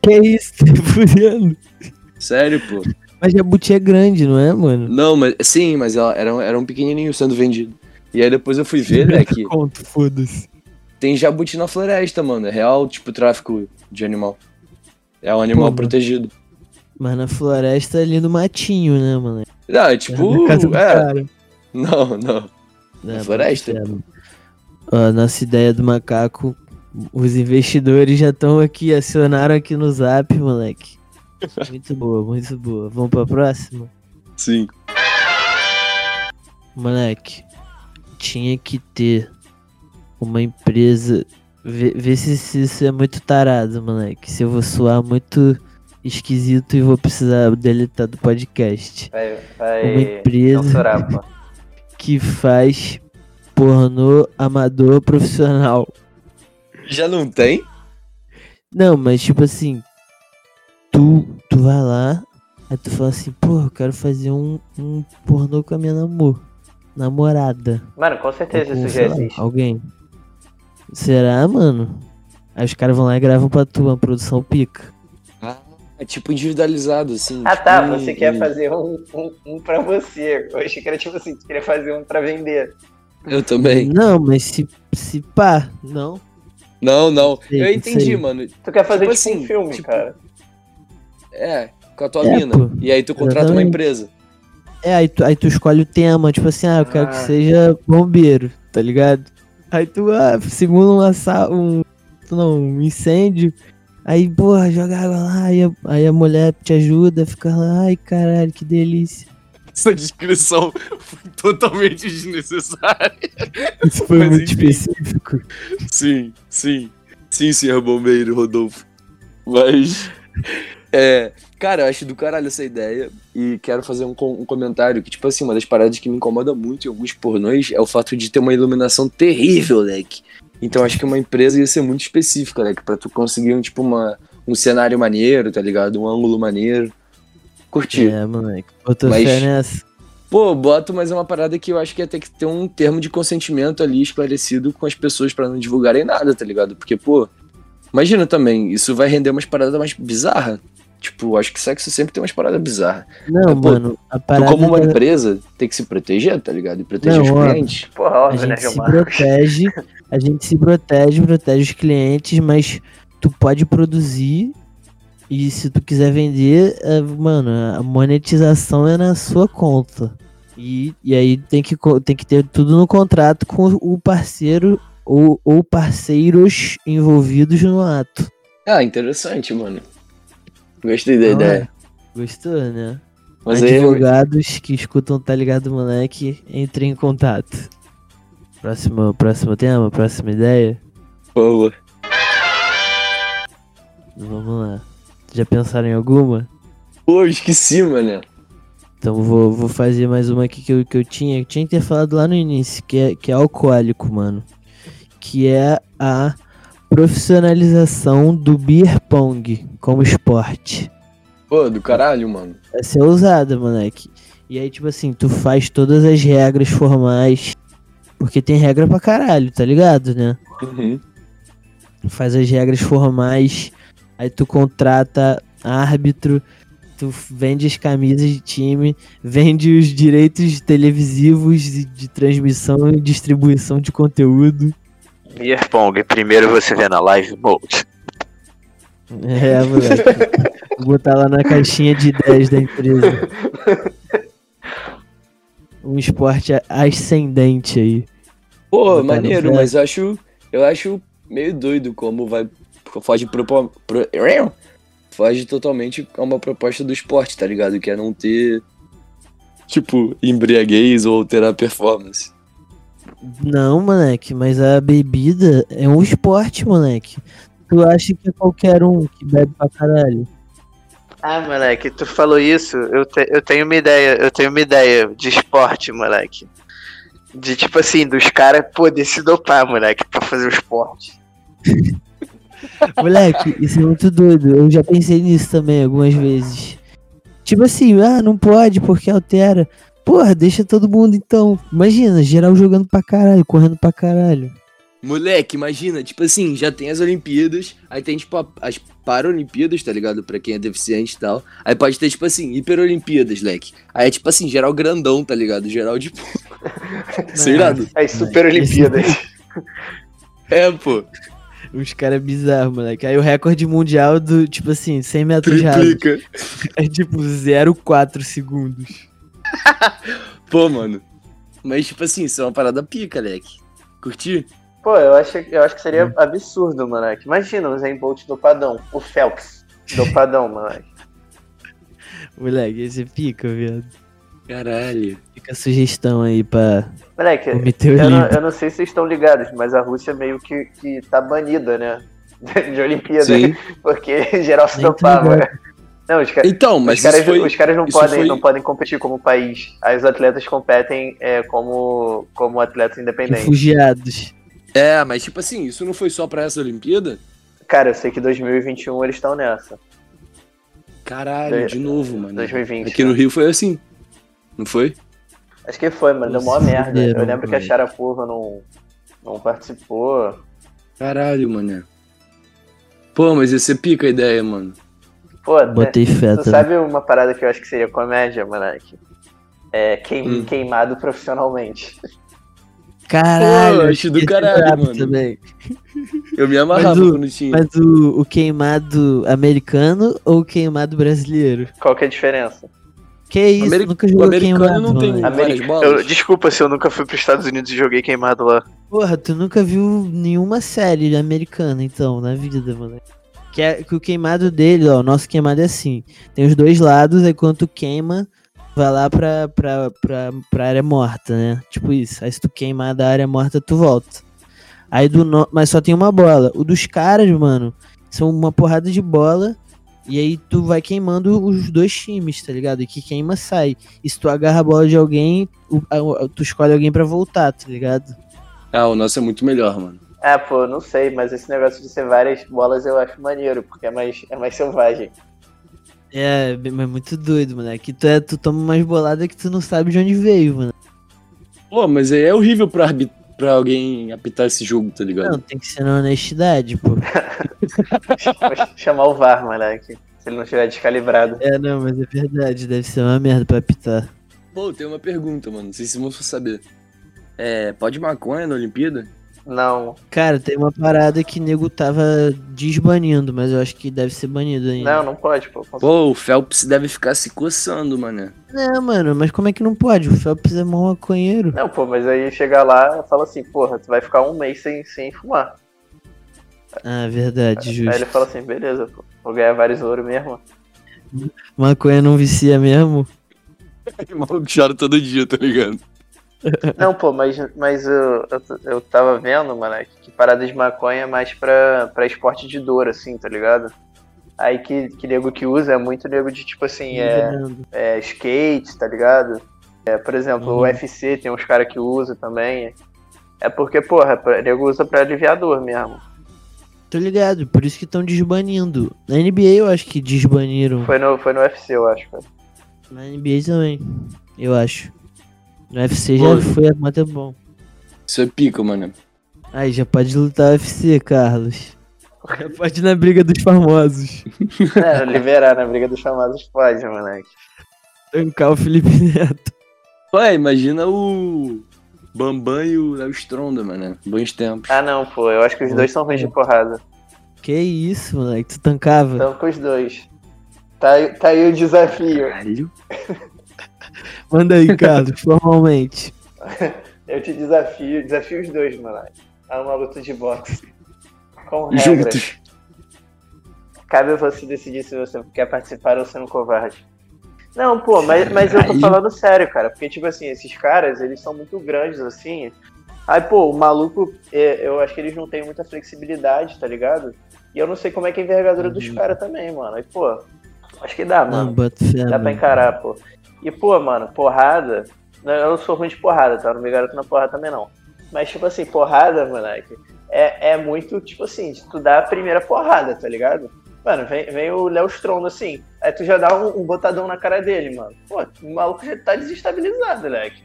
Que isso, tá fudendo.
Sério, pô.
Mas jabuti é grande, não é, mano?
Não, mas sim, mas ela era, um- era um pequenininho sendo vendido. E aí depois eu fui ver, né, que
Conto, foda-se.
tem jabuti na floresta, mano. É real, tipo, tráfico de animal. É um animal
Pô,
protegido.
Mas na floresta é ali no matinho, né, mano?
Não, é tipo.
na casa do
É,
cara. É,
Não, não.
Na
floresta?
Ó, nossa ideia do macaco. Os investidores já estão aqui, acionaram aqui no zap, moleque. Muito boa, muito boa. Vamos pra próxima?
Sim.
Moleque, tinha que ter uma empresa. Vê, vê se, se isso é muito tarado, moleque. Se eu vou suar muito esquisito e vou precisar deletar do podcast.
Vai,
Uma
vai
empresa
censurar, pô.
que faz pornô amador profissional.
Já não tem?
Não, mas tipo assim, tu, tu vai lá, aí tu fala assim, pô, eu quero fazer um, um pornô com a minha namor, namorada.
Mano, com certeza
Ou com,
isso já
sei lá,
existe.
Alguém. Será, mano? Aí os caras vão lá e gravam pra tu, uma produção pica.
Ah, é tipo individualizado, assim.
Ah
tipo
tá,
um-
você quer
um-
fazer um, um, um pra você. Eu achei que era tipo assim, tu queria fazer um pra vender.
Eu também.
Não, mas se, se pá, não.
Não, não.
Sei,
Eu
sei.
entendi, mano.
Tu quer fazer
Tipo
tipo,
assim,
um filme,
tipo-
cara.
É, com a tua
É,
mina.
pô.
E aí tu contrata uma
Exatamente.
empresa.
É, aí tu, aí tu escolhe o tema, tipo assim, ah, eu quero que
Ah.
seja bombeiro, tá ligado? Aí tu ah, simula um assalto, um, não, um incêndio, aí, porra, joga água lá, aí a, aí a mulher te ajuda, fica lá, ai, caralho, que delícia.
Essa descrição foi totalmente desnecessária.
Isso foi
Mas
muito
enfim.
específico.
Sim, sim. Sim, senhor bombeiro Rodolfo. Mas. É. Cara, eu acho do caralho essa ideia. E quero fazer um, com- um comentário que, tipo assim, uma das paradas que me incomoda muito em alguns pornôs é o fato de ter uma iluminação terrível, leque. Então acho que uma empresa ia ser muito específica, leque, pra tu conseguir um, tipo, uma, um cenário maneiro, tá ligado? Um ângulo maneiro. Curti.
É, moleque, botou
Mas-
fé nessa.
Pô, boto, mas é uma parada que eu acho que ia ter que ter um termo de consentimento ali esclarecido com as pessoas pra não divulgarem nada, tá ligado? Porque, pô, imagina também, isso vai render umas paradas mais bizarras. Tipo, acho que sexo sempre tem umas paradas bizarras.
Não,
é, Pô,
mano, a
Tu,
parada... é
como uma
da-
empresa, tem que se proteger, tá ligado? E proteger
Não,
os
óbvio.
clientes.
Porra,
A
óbvio, né,
gente se
Gilmar?
protege, a gente se protege, protege os clientes, mas tu pode produzir e se tu quiser vender, é, mano, a monetização é na sua conta. E, e aí tem que, co- tem que ter tudo no contrato com o parceiro ou, ou parceiros envolvidos no ato.
Ah, interessante, mano. Gostei da
Não
ideia.
é? Gostou, né?
Mas aí,
Advogados que escutam Tá Ligado Moleque, entrem em contato. Próximo, próximo tema, próxima ideia?
pô,
Vamos lá. Já pensaram em alguma?
pô, esqueci, mano.
Então vou, vou fazer mais uma aqui que eu, que eu tinha. Eu tinha que ter falado lá no início, que é, que é alcoólico, mano. Que é a profissionalização do beer pong como esporte.
Pô, do caralho, mano.
Essa é ousada, moleque. E aí, tipo assim, tu faz todas as regras formais. Porque tem regra pra caralho, tá ligado, né?
Uhum.
faz as regras formais, aí tu contrata árbitro, tu vende as camisas de time, vende os direitos televisivos e de transmissão e distribuição de conteúdo.
Beer Pong, primeiro você vê na live mode.
É, moleque. Vou botar lá na caixinha de ideias da empresa. Um esporte ascendente aí.
Pô,
Botar no
maneiro,
ferro.
mas eu acho, eu acho meio doido como vai. Foge, propo, pro, foge totalmente a uma proposta do esporte, tá ligado? Que é não ter, tipo, embriaguez ou alterar a performance.
Não, moleque, mas a bebida é um esporte, moleque. Tu acha que é qualquer um que bebe pra caralho?
Ah, moleque, tu falou isso, eu, te- eu tenho uma ideia, eu tenho uma ideia de esporte, moleque. De tipo assim, dos caras poder se dopar, moleque, pra fazer o esporte.
Moleque, isso é muito doido. Eu já pensei nisso também algumas vezes. Tipo assim, ah, não pode porque altera. Porra, deixa todo mundo então. Imagina, geral jogando pra caralho, correndo pra caralho.
Moleque, imagina, tipo assim, já tem as Olimpíadas, aí tem, tipo, a- as Paralimpíadas, tá ligado? Pra quem é deficiente e tal. Aí pode ter, tipo assim, Hiperolimpíadas, leque. Aí é, tipo assim, geral grandão, tá ligado? Geral, tipo. Sei lá.
As Super Olimpíadas.
É, pô.
Os caras bizarros, moleque. Aí o recorde mundial do, tipo assim, 100 metros rasos
Triplica.
é tipo 0,4 segundos.
Pô, mano. Mas, tipo assim, isso é uma parada pica, leque. Curti?
Pô, eu acho, eu acho que seria
É.
absurdo, moleque. Imagina o Zen Bolt dopadão, o Phelps dopadão, moleque.
Moleque, esse fica, viado.
Caralho.
Fica a sugestão aí pra
Moleque,
cometer o
eu não,
livro.
eu não sei se vocês estão ligados, mas a Rússia meio que, que tá banida, né? De Olimpíada,
Sim.
porque geral se
Nem tô
dopava.
ligado.
Não, os, ca-
Então, mas
os caras,
isso foi...
os caras não,
isso
podem,
foi-
não podem competir como país. As atletas competem é, como, como atletas independentes.
Refugiados.
É, mas tipo assim, isso não foi só pra essa Olimpíada?
Cara, eu sei que 2021 eles estão nessa.
Caralho, de novo, mano.
2020,
Aqui
né?
no Rio foi assim. Não foi?
Acho que foi, mano. Deu mó
Nossa,
merda. Eu
fuderam,
lembro que a
velho.
Sharapova não, não participou.
Caralho, mané. Pô, mas ia ser pica a ideia, mano.
Pô, né?
Botei
tu
feta.
sabe uma parada que eu acho que seria comédia, moleque? É queim-
Hum.
queimado profissionalmente.
Caralho.
Pô, acho do
esse
caralho,
brabo
mano.
Também.
Eu me amarrava
Mas o-
quando tinha.
Mas o, o queimado americano ou o queimado brasileiro?
Qual que é a diferença?
Que é isso,
Ameri-
nunca
O
jogou
americano
queimado.
não tem
mano.
várias
Ameri-
bolas.
Eu- desculpa se eu nunca fui pros Estados Unidos e joguei queimado lá.
Porra, tu nunca viu nenhuma série americana, então, na vida, mano. Que, é- que o queimado dele, ó, o nosso queimado é assim. Tem os dois lados, aí quando tu queima, vai lá pra, pra, pra, pra área morta, né? Tipo isso. Aí se tu queimar da área morta, tu volta. Aí do no... Mas só tem uma bola. O dos caras, mano, são uma porrada de bola. E aí tu vai queimando os dois times, tá ligado? E que queima sai. E se tu agarra a bola de alguém, o- a- tu escolhe alguém pra voltar, tá ligado?
Ah, o nosso é muito melhor, mano.
Ah, pô, não sei, mas esse negócio de ser várias bolas eu acho maneiro, porque é mais, é mais selvagem.
É, bem- mas muito doido, moleque. Tu, é, tu toma umas boladas que tu não sabe de onde veio, mano.
Pô, mas aí é horrível pra, arbit... pra alguém apitar esse jogo, tá ligado?
Não, tem que ser na honestidade, pô.
Vou chamar o VAR, moleque. Se ele não estiver descalibrado.
É, não, mas é verdade, deve ser uma merda pra apitar.
Pô, tem uma pergunta, mano. Não sei se vocês vão saber. É, pode maconha na Olimpíada?
Não,
Cara, tem uma parada que nego tava desbanindo, mas eu acho que deve ser banido ainda.
não, não pode, pô. Com-
Pô, o Phelps deve ficar se coçando, mané.
Não, mano, mas como é que não pode? O Phelps é mó maconheiro.
Não, pô, mas aí chega lá e fala assim, porra, tu vai ficar um mês sem, sem fumar.
Ah, verdade,
Aí ele
justo.
fala assim, beleza, pô, vou ganhar vários ouro mesmo.
Maconha não vicia mesmo?
O maluco chora todo dia, tá ligado?
Não, pô, mas, mas eu, eu, t- eu tava vendo, mano, que parada de maconha é mais pra, pra esporte de dor, assim, tá ligado? Aí que, que nego que usa é muito nego de, tipo assim, é, é, skate, tá ligado? É, por exemplo,
Uhum.
o UFC tem uns caras que usam também. É porque, porra, pra- nego usa pra aliviar dor mesmo.
Tô ligado, por isso que estão desbanindo. Na NBA eu acho que desbaniram.
Foi no, foi no UFC, eu acho, cara.
Na NBA também, eu acho. No UFC
Pô.
já foi há muito tempo bom.
Isso é pica, mané.
Aí já pode lutar UFC, Carlos. Já pode ir na briga dos famosos.
É, liberar na briga dos chamados pode, moleque.
Tancar o Felipe Neto.
Ué, imagina o Bambam e o Léo Stronda, mané. Bons tempos.
Ah, não, pô, eu acho que os dois são ruins de porrada.
Que isso, moleque, tu tancava?
Então, com os dois. Tá, aí- tá aí o desafio.
Caralho.
Manda aí, Carlos, formalmente.
Eu te desafio, desafio os dois, moleque. A uma luta de boxe. Com regras.
Juntos.
Cabe a você decidir se você quer participar ou ser um covarde. Não, pô, mas, mas eu tô
Caralho.
falando sério, cara. Porque, tipo assim, esses caras, eles são muito grandes, assim. Aí, pô, o maluco, é, eu acho que eles não têm muita flexibilidade, tá ligado? E eu não sei como é que é a envergadura dos
Uhum.
caras também, mano. Aí, pô, acho que dá, mano.
Não, bota fé,
Dá pra
mano.
encarar, pô. E, pô, mano, porrada. não, Eu não sou ruim de porrada, tá? Não me garanto na porrada também, não. Mas, tipo assim, porrada, moleque, é, é muito, tipo assim, de tu dar a primeira porrada, tá ligado? Mano, vem, vem o Léo Strondo assim. Aí tu já dá um, um botadão na cara dele, mano. Pô, o maluco já tá desestabilizado, moleque.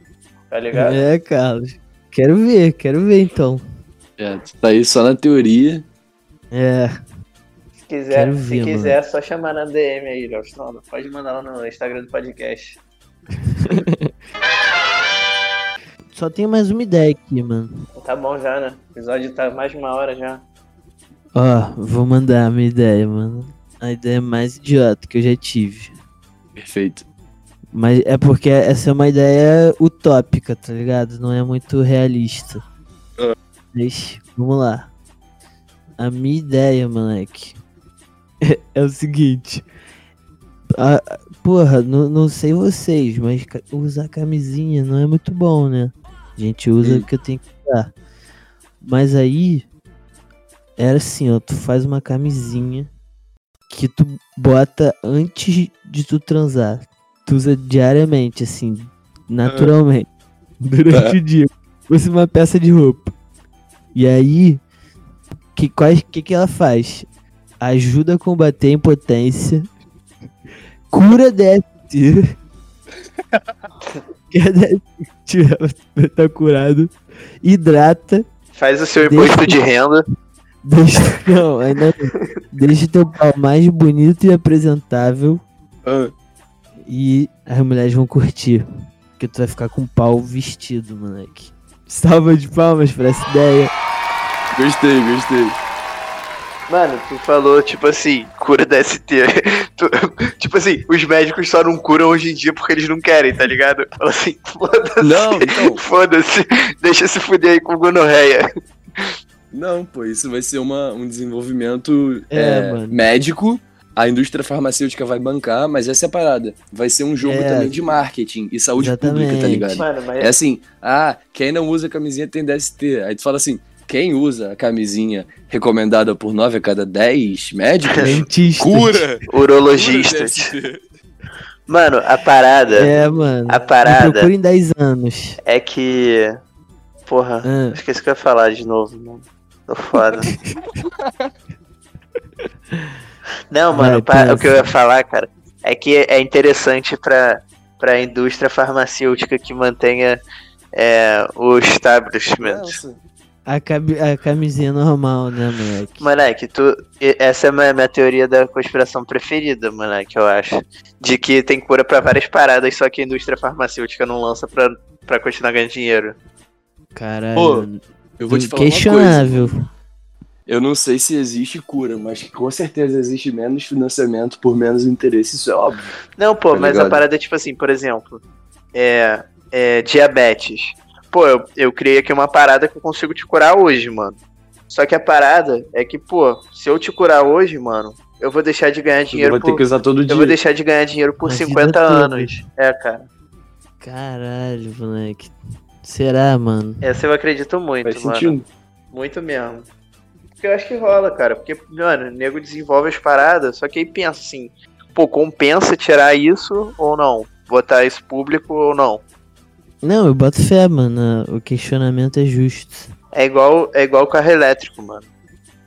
Tá ligado?
É, Carlos. Quero ver, quero ver então.
É, tu tá aí só na teoria.
É,
Se quiser,
Quero
se
ver,
quiser é só chamar na DM aí, Léo Strondo. Pode mandar lá no Instagram do podcast.
só tem mais uma ideia aqui, mano.
Tá bom já, né? O episódio tá mais de uma hora já.
Ó, vou mandar a minha ideia, mano. A ideia mais idiota que eu já tive.
Perfeito.
Mas é porque essa é uma ideia utópica, tá ligado? Não é muito realista. Mas, vamos lá. A minha ideia, moleque, é o seguinte. A- a- porra, não, não sei vocês, mas ca- usar camisinha não é muito bom, né? A gente usa
Hum.
o que eu tenho que usar. Mas aí, era assim, ó, tu faz uma camisinha que tu bota antes de tu transar. Tu usa diariamente, assim, naturalmente. Durante o dia. Usa uma peça de roupa. E aí, que, quais, que, que ela faz? Ajuda a combater a impotência. Cura déficit. Quer déficit, ela tá curado. Hidrata.
Faz o seu
Deixa-
imposto de renda.
Deixa, não, ainda não. deixa teu pau mais bonito e apresentável
Ah,
e as mulheres vão curtir. Porque tu vai ficar com o pau vestido, moleque. Salva de palmas pra essa ideia.
gostei, gostei.
Mano, tu falou, tipo assim, cura DST. Tu- tipo assim, os médicos só não curam hoje em dia porque eles não querem, tá ligado? Fala assim, foda-se.
Não, então.
Foda-se. Deixa se fuder aí com gonorreia.
Não, pô, isso vai ser uma, um desenvolvimento
É,
é,
mano.
médico. A indústria farmacêutica vai bancar, mas essa é a parada. Vai ser um jogo
É.
também de marketing e saúde pública, tá
Exatamente.
ligado?
Mano, mas
É assim, ah, quem não usa camisinha tem DST. Aí tu fala assim, quem usa a camisinha recomendada por 9 a cada 10 médicos,
Dentista.
cura! Cura
Urologistas.
DST.
Mano, a parada.
É, mano.
A
Me
parada
procura em 10 anos.
é que. Porra.
Ah,
Esqueci o que eu ia falar de novo, mano. Tô foda. Não,
Vai,
mano, pa-
pensa.
o que eu ia falar, cara, é que é interessante pra, pra indústria farmacêutica que mantenha é, o establishment.
Nossa.
a, cabe- a camisinha normal, né, moleque?
Moleque, tu, e- essa é a minha, minha teoria da conspiração preferida, moleque, eu acho. De que tem cura pra várias paradas, só que a indústria farmacêutica não lança pra, pra continuar ganhando dinheiro.
Caralho.
Pô,
mano.
Eu
Hum,
vou te falar uma coisa.
Questionável.
Eu não sei se existe cura, mas que com certeza existe menos financiamento por menos interesse, isso é óbvio.
Não, pô,
Tá
mas
ligado?
a parada é tipo assim, por exemplo, é, é, diabetes. Pô, eu, eu criei aqui uma parada que eu consigo te curar hoje, mano. Só que a parada é que, pô, se eu te curar hoje, mano, eu vou deixar de ganhar
Você
dinheiro
vai ter
por.
que usar todo dia.
Eu vou deixar de ganhar dinheiro por
Na vida
50
toda.
anos. É, cara.
Caralho, moleque. Será, mano?
Essa eu acredito muito,
Faz
mano.
sentido.
Muito mesmo. Porque eu acho que rola, cara. Porque, mano, o nego desenvolve as paradas, só que aí pensa assim, pô, compensa tirar isso ou não? Botar isso público ou não?
Não, eu boto fé, mano. O questionamento é justo.
É igual, é igual carro elétrico, mano.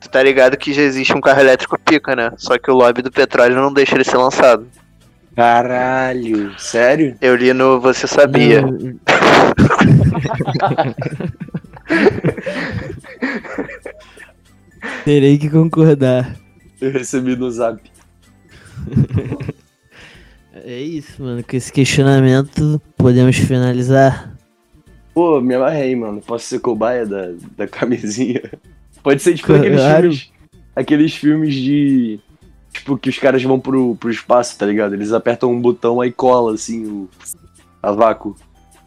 Tu tá ligado que já existe um carro elétrico pica, né? Só que o lobby do petróleo não deixa ele ser lançado.
Caralho, sério?
Eu li no Você Sabia.
tá
Não, Terei que concordar.
Eu recebi no zap.
É isso, mano. Com esse questionamento, podemos finalizar.
Pô, me amarrei, mano. Posso ser cobaia da, da camisinha? Pode ser tipo aqueles
Claro.
filmes. Aqueles filmes de. Tipo, que os caras vão pro, pro espaço, tá ligado? Eles apertam um botão aí cola, assim, o. A vácuo.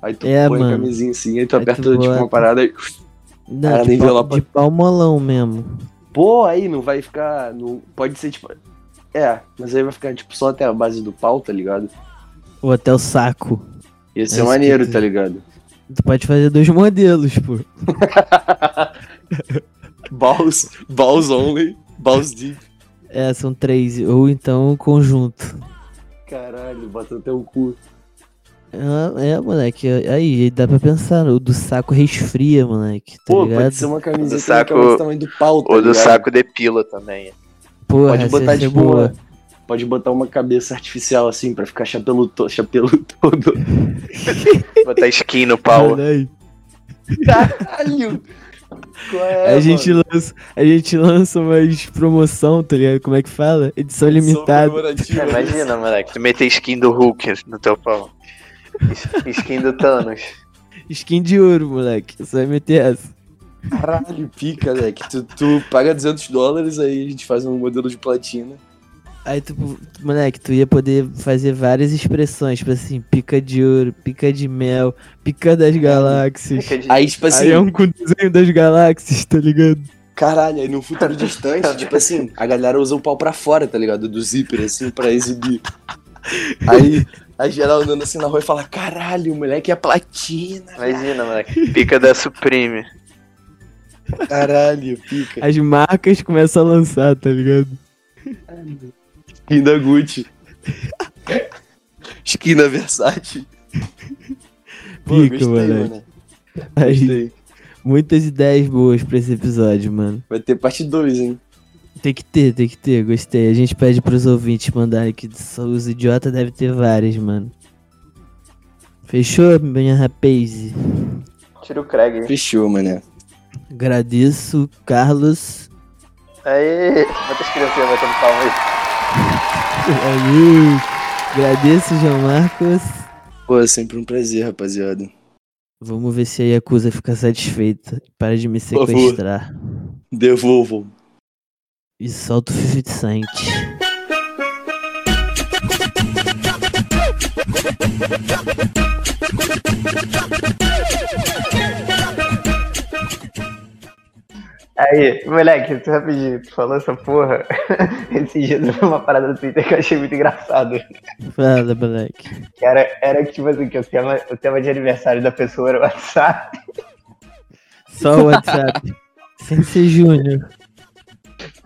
Aí tu
É,
põe a
mano.
camisinha assim, aí tu
Aí tu
aperta, tipo,
bota.
uma parada e.
Não,
Cara,
de, pau,
envelopa.
de pau molão mesmo.
Pô, aí não vai ficar. Não... Pode ser, tipo. É, mas aí vai ficar, tipo, só até a base do pau, tá ligado?
Ou até o saco.
Ia ser
É isso
maneiro,
que-
tá ligado?
Tu pode fazer dois modelos, pô.
Balls, balls only, balls deep.
É, são três. Ou então um conjunto.
Caralho, bota até o cu.
Tá Ah, É, moleque. Aí, dá pra pensar. O do saco resfria, moleque. Tá
Pô,
ligado?
pode ser um- uma camiseta
Do saco-
daquelas do tamanho do pau, tá
Ou do
ligado?
saco depila também.
Porra,
Pode
essa ia
botar
ser
tipo
boa.
uma, Pode botar uma cabeça artificial assim pra ficar chapelo, to... chapelo todo.
Botar skin no pau.
Olha aí.
Caralho! Qual é,
a, gente lança, a gente lança umas promoção, tá ligado? Como é que fala? Edição limitada.
Cara, É, imagina, moleque. Tu meter skin do Hulk no teu pau. Es- Skin do Thanos.
Skin de ouro, moleque. Só vai meter essa.
Caralho, pica, né? Que tu, tu paga 200 dólares, aí a gente faz um modelo de platina.
Aí tu, tu- moleque, tu ia poder fazer várias expressões, tipo assim, pica de ouro, pica de mel, pica das galáxias.
Fica de-
Aí, tipo assim,
Aí é um com desenho das galáxias, tá ligado?
caralho, aí num futuro distante, tipo assim, a galera usa o pau pra fora, tá ligado? Do zíper, assim, pra exibir. Aí, a geral andando assim na rua e fala: caralho, o moleque é platina.
Imagina, moleque. Pica da Supreme.
Caralho, pica.
As marcas começam a lançar, tá ligado?
Skin da Gucci. Skin da Versace. Pô,
Pica,
gostei,
moleque.
mano.
Aí,
Gostei.
muitas ideias boas pra esse episódio, mano.
Vai ter parte 2, hein?
Tem que ter, tem que ter, gostei. A gente pede pros ouvintes mandarem aqui. Os idiotas devem ter várias, mano. Fechou, minha rapaz?
Tira o Craig.
Fechou, mané.
Agradeço, Carlos.
Aí, quantas criancinhas batendo palma um aí?
Aí, agradeço, João Marcos.
Pô, é sempre um prazer, rapaziada.
Vamos ver se a Yakuza fica satisfeita. Para de me
favor.
sequestrar.
Devolvam.
E solta o 50 Cent.
Aí, moleque, tu rapidinho, tu falou essa porra. Esse dia eu vi uma parada no Twitter que eu achei muito engraçado.
Fala, moleque.
Que era, era tipo assim, que o tema, o tema de aniversário da pessoa era o WhatsApp.
Só o WhatsApp. Sem ser Júnior.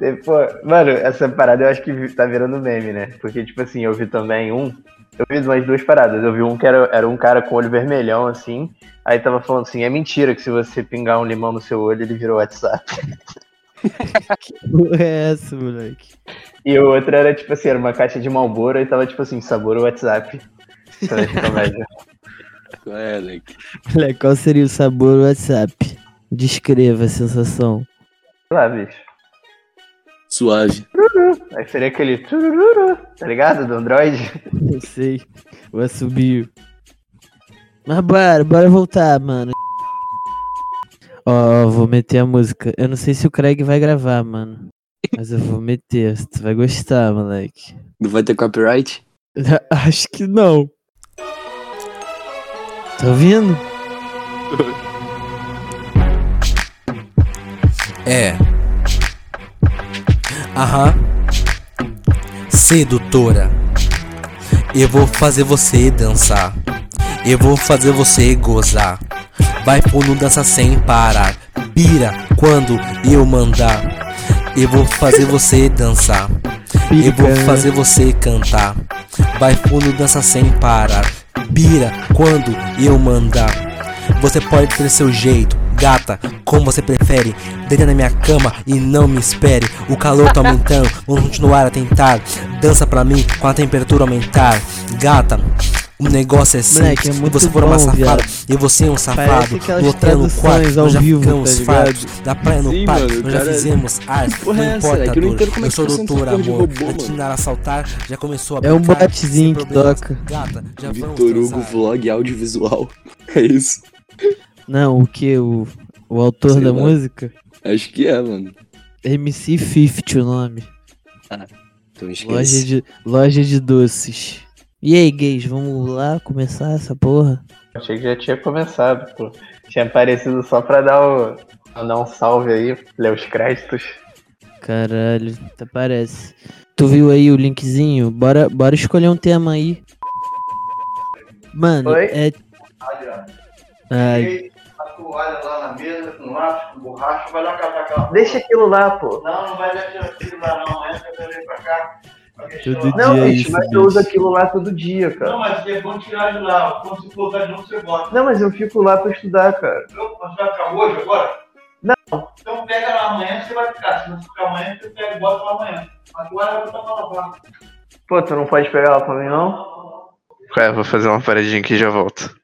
E, pô, mano, essa parada eu acho que vi- tá virando meme, né? Porque, tipo assim, eu vi também um. Eu vi umas duas paradas. Eu vi um que era, era um cara com olho vermelhão, assim. Aí tava falando assim: é mentira que se você pingar um limão no seu olho, ele virou WhatsApp.
Porra é essa, moleque?
E o outro era, tipo assim, era uma caixa de Malboro e tava, tipo assim, sabor WhatsApp. Então, acho que é mais-
É, moleque.
Moleque, qual seria o sabor do WhatsApp? Descreva a sensação.
Sei lá, bicho.
Suave.
Aí seria aquele tururu, tá ligado? Do Android.
Não sei. O assobio. Mas bora, bora voltar, mano. Ó, vou meter a música. Eu não sei se o Craig vai gravar, mano. Mas eu vou meter. Tu vai gostar, moleque.
Não vai ter copyright?
Acho que não. Tá ouvindo?
É. Aham. Sedutora. Eu vou fazer você dançar. Eu vou fazer você gozar. Vai por no dança sem parar. Pira quando eu mandar. Eu vou fazer você dançar. Eu vou
Pica.
fazer você cantar. Vai fundo, dança sem parar. Pira quando eu mandar. Você pode ter seu jeito, gata, como você prefere. Deita na minha cama e não me espere. O calor tá aumentando, vamos continuar a tentar. Dança pra mim com a temperatura aumentar. Gata, o negócio é
Moleque,
simples.
é muito
você for uma
bom,
safada
viado.
e você é um
Parece
safado.
aquelas
No hotel, no quarto,
traduções ao
nós já
vivo,
ficamos
tá
fartos. Da praia no
Sim,
parque,
mano,
nós já
cara-
fizemos arte.
porra
não
é essa,
importa,
velho? Que eu não
dor.
entendo como é
eu
que
sou
você não sabe
doutor,
porra de
amor.
robô, mano.
Atinar a saltar, já começou a
É um
brincar,
botezinho
sem
que
problemas.
toca.
Gata, já vamos
Vitor Hugo,
transar.
vlog audiovisual. É isso.
Não, o que? O, o autor
Sei
da
lá.
música?
Acho que é, mano.
MC50 o nome.
Então
Loja
esquece.
de, loja de doces. E aí, gays, vamos lá começar essa porra?
Achei que já tinha começado, pô. Tinha aparecido só pra dar o. pra dar um salve aí, ler os créditos.
Caralho, até parece. Tu viu aí o linkzinho? Bora, bora escolher um tema aí. Mano,
Oi?
é. Ai,
Tu olha lá na mesa com lápis, com borracha, vai lá catar aquela.
Deixa aquilo lá, pô.
Não, não vai deixar aquilo lá não, entra também pra cá. pra deixar
Todo
lá.
dia.
Não,
é
bicho,
isso,
mas eu
bicho.
uso aquilo lá todo dia,
Não,
cara.
mas é bom tirar de lá, quando você colocar de novo, você bota.
Não, mas eu fico lá pra estudar, cara.
Eu, você vai ficar hoje agora?
Não.
Então pega lá amanhã, você vai ficar. Se não ficar amanhã, você pega e bota lá amanhã. Agora eu vou botar pra lavar.
Pô, tu não pode pegar lá pra mim, não?
Ué, vou fazer uma paradinha aqui e já volto.